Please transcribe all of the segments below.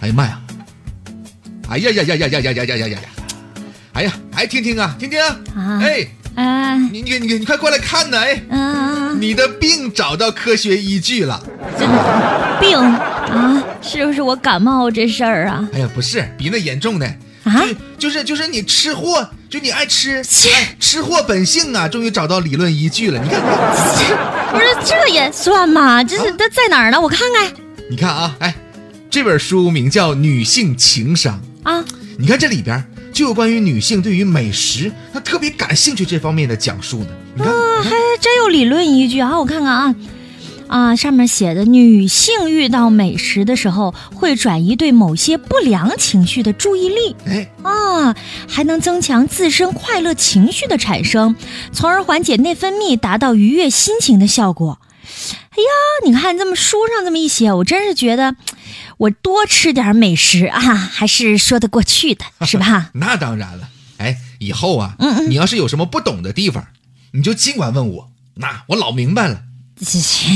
哎呀妈呀！哎呀呀呀呀呀呀呀呀呀呀！哎呀，哎，听听啊，听听啊！啊哎，哎，你你你你快过来看呐！哎，嗯、你的病找到科学依据了。这病啊，是不是我感冒这事儿啊？哎呀，不是，比那严重呢。啊就就是就是你吃货，就你爱吃，哎，吃货本性啊，终于找到理论依据了。你看，不是这也算吗？这是它在哪儿呢？我看看你看啊，哎，这本书名叫《女性情商》，啊，你看这里边就有关于女性对于美食她特别感兴趣这方面的讲述呢。你看，啊还真有理论依据啊！我看看啊。啊，上面写的女性遇到美食的时候，会转移对某些不良情绪的注意力，哎，？啊，还能增强自身快乐情绪的产生，从而缓解内分泌，达到愉悦心情的效果。哎呀，你看这么书上这么一写，我真是觉得我多吃点美食啊，还是说得过去的，是吧 那当然了，哎，以后啊，嗯嗯你要是有什么不懂的地方，你就尽管问我，那我老明白了。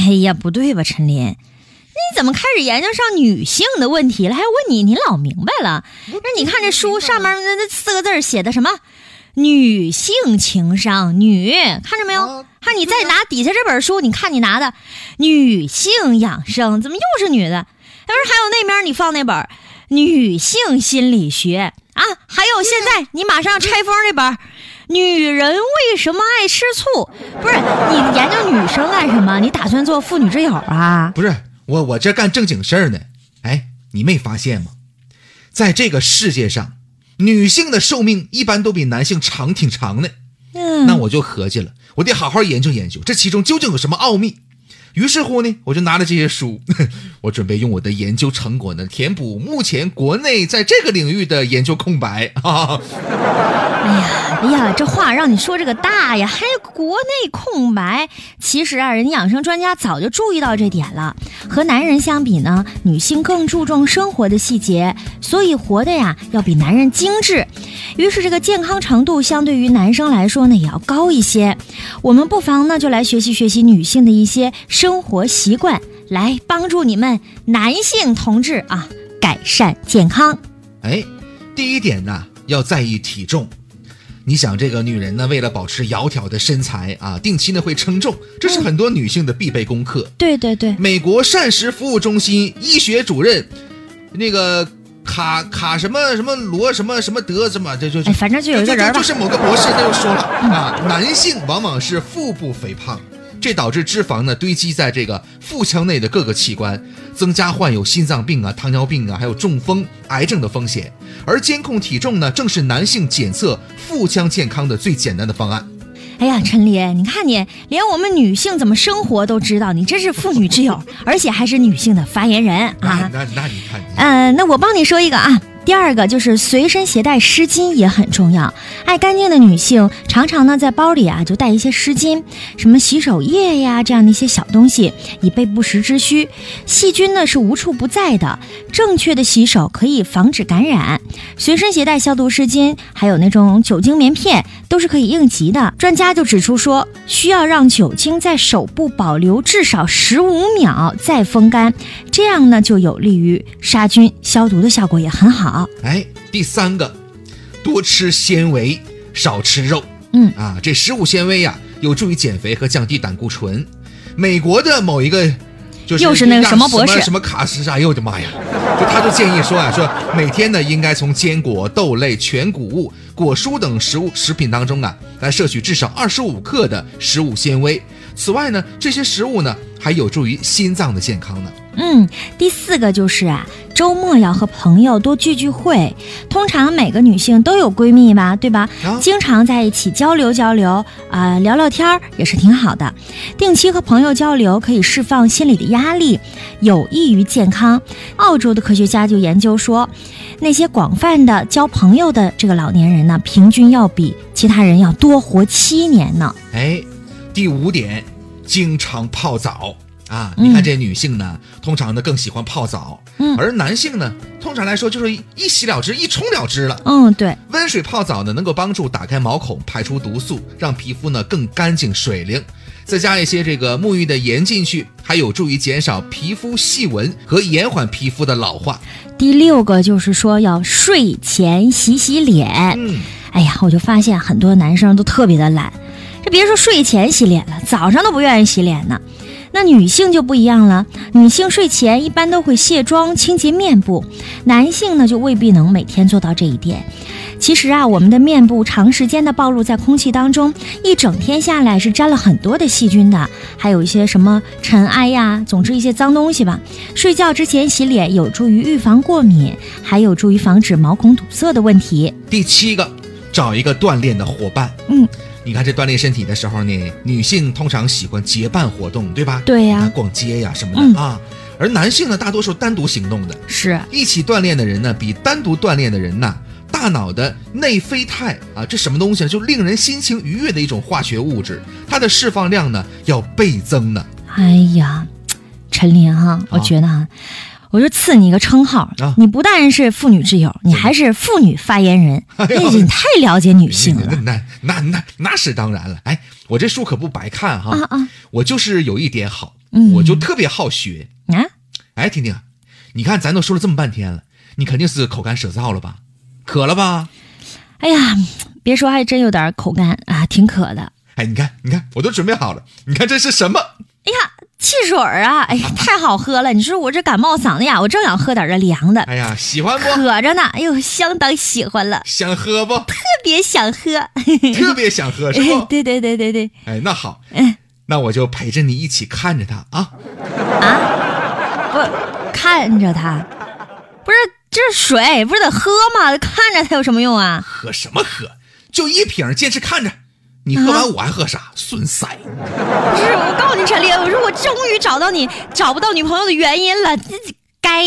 哎呀，不对吧，陈林？你怎么开始研究上女性的问题了？还问你，你老明白了？那你看这书上面那那四个字儿写的什么？女性情商，女看着没有？啊看你再拿底下这本书，你看你拿的女性养生，怎么又是女的？要是还有那面你放那本儿女性心理学啊，还有现在你马上拆封这本儿。女人为什么爱吃醋？不是你研究女生干什么？你打算做妇女之友啊？不是我，我这干正经事儿呢。哎，你没发现吗？在这个世界上，女性的寿命一般都比男性长挺长的。嗯，那我就合计了，我得好好研究研究这其中究竟有什么奥秘。于是乎呢，我就拿了这些书， 我准备用我的研究成果呢，填补目前国内在这个领域的研究空白 啊。哎呀，这话让你说这个大呀，还国内空白。其实啊，人家养生专家早就注意到这点了。和男人相比呢，女性更注重生活的细节，所以活的呀要比男人精致。于是这个健康程度相对于男生来说呢，也要高一些。我们不妨呢就来学习学习女性的一些生活习惯，来帮助你们男性同志啊改善健康。哎，第一点呐，要在意体重。你想，这个女人呢，为了保持窈窕的身材啊，定期呢会称重，这是很多女性的必备功课。对对对，美国膳食服务中心医学主任，那个卡卡什么什么罗什么什么德什么，这就哎，反正就有一个人就吧嗯就。是某个博士，他就说了啊，男性往往是腹部肥胖，这导致脂肪呢堆积在这个腹腔内的各个器官，增加患有心脏病啊、糖尿病啊，还有中风、癌症的风险。而监控体重呢，正是男性检测腹腔健康的最简单的方案。哎呀，陈琳，你看你连我们女性怎么生活都知道，你真是妇女之友，而且还是女性的发言人那啊。那那你看，嗯、那我帮你说一个啊。第二个就是随身携带湿巾也很重要。爱干净的女性常常呢在包里啊就带一些湿巾，什么洗手液呀这样的一些小东西，以备不时之需。细菌呢是无处不在的，正确的洗手可以防止感染。随身携带消毒湿巾，还有那种酒精棉片，都是可以应急的。专家就指出说，需要让酒精在手部保留至少十五秒再风干，这样呢就有利于杀菌消毒的效果也很好。哎，第三个，多吃纤维，少吃肉。嗯啊，这食物纤维呀、有助于减肥和降低胆固醇。美国的某一个就是又是那个让什么博士什么卡什啥，哎呦我的妈呀！就他就建议说啊，说每天呢应该从坚果、豆类、全谷物、果蔬等食物食品当中啊，来摄取至少二十五克的食物纤维。此外呢，这些食物呢还有助于心脏的健康呢。嗯，第四个就是啊，周末要和朋友多聚聚会。通常每个女性都有闺蜜吧，对吧？啊经常在一起交流交流，啊、聊聊天儿也是挺好的。嗯定期和朋友交流可以释放心理的压力，有益于健康。澳洲的科学家就研究说，那些广泛的交朋友的这个老年人呢，平均要比其他人要多活七年呢。哎，第五点，经常泡澡啊！嗯你看这女性呢，通常呢更喜欢泡澡，嗯而男性呢，通常来说就是一洗了之，一冲了之了。嗯，对。温水泡澡呢，能够帮助打开毛孔，排出毒素，让皮肤呢更干净水灵。再加一些这个沐浴的盐进去，还有助于减少皮肤细纹和延缓皮肤的老化。第六个就是说要睡前洗洗脸。嗯，哎呀，我就发现很多男生都特别的懒，这别说睡前洗脸了，早上都不愿意洗脸呢。那女性就不一样了，女性睡前一般都会卸妆、清洁面部，男性呢就未必能每天做到这一点。其实啊，我们的面部长时间的暴露在空气当中，一整天下来是沾了很多的细菌的，还有一些什么尘埃呀、总之一些脏东西吧。睡觉之前洗脸有助于预防过敏，还有助于防止毛孔堵塞的问题。第七个，找一个锻炼的伙伴。嗯，你看这锻炼身体的时候呢，女性通常喜欢结伴活动，对吧？对呀、啊，逛街呀、什么的、嗯啊。而男性呢，大多数单独行动的，是。一起锻炼的人呢，比单独锻炼的人呐，大脑的内啡肽啊，这什么东西啊？就令人心情愉悦的一种化学物质，它的释放量呢要倍增呢。哎呀，陈琳哈、我觉得哈、啊我就赐你一个称号、啊嗯你不但是妇女之友，你还是妇女发言 人，呦哎，你太了解女性那了那那那那是当然了。哎，我这书可不白看哈，啊啊我就是有一点好，嗯我就特别好学。啊！哎，婷婷，你看咱都说了这么半天了，你肯定是口干舌燥了吧？渴了吧？哎呀，别说，还真有点口干啊，挺渴的。哎，你看，你看，我都准备好了。你看这是什么？哎呀，汽水儿啊， 哎呀，太好喝了！你说我这感冒嗓子呀，我正想喝点这凉的，哎呀，喜欢不？渴着呢。哎呦，相当喜欢了，想喝不？特别想喝。 特别想喝是不？对对对对对，哎，那好，嗯那我就陪着你一起看着它啊。我看着他，不是这是水，不是得喝吗？看着他有什么用啊？喝什么喝？就一瓶，坚持看着。你喝啊完我还喝啥？损塞！不是，我告诉你，陈琳，我说我终于找到你找不到女朋友的原因了，这这该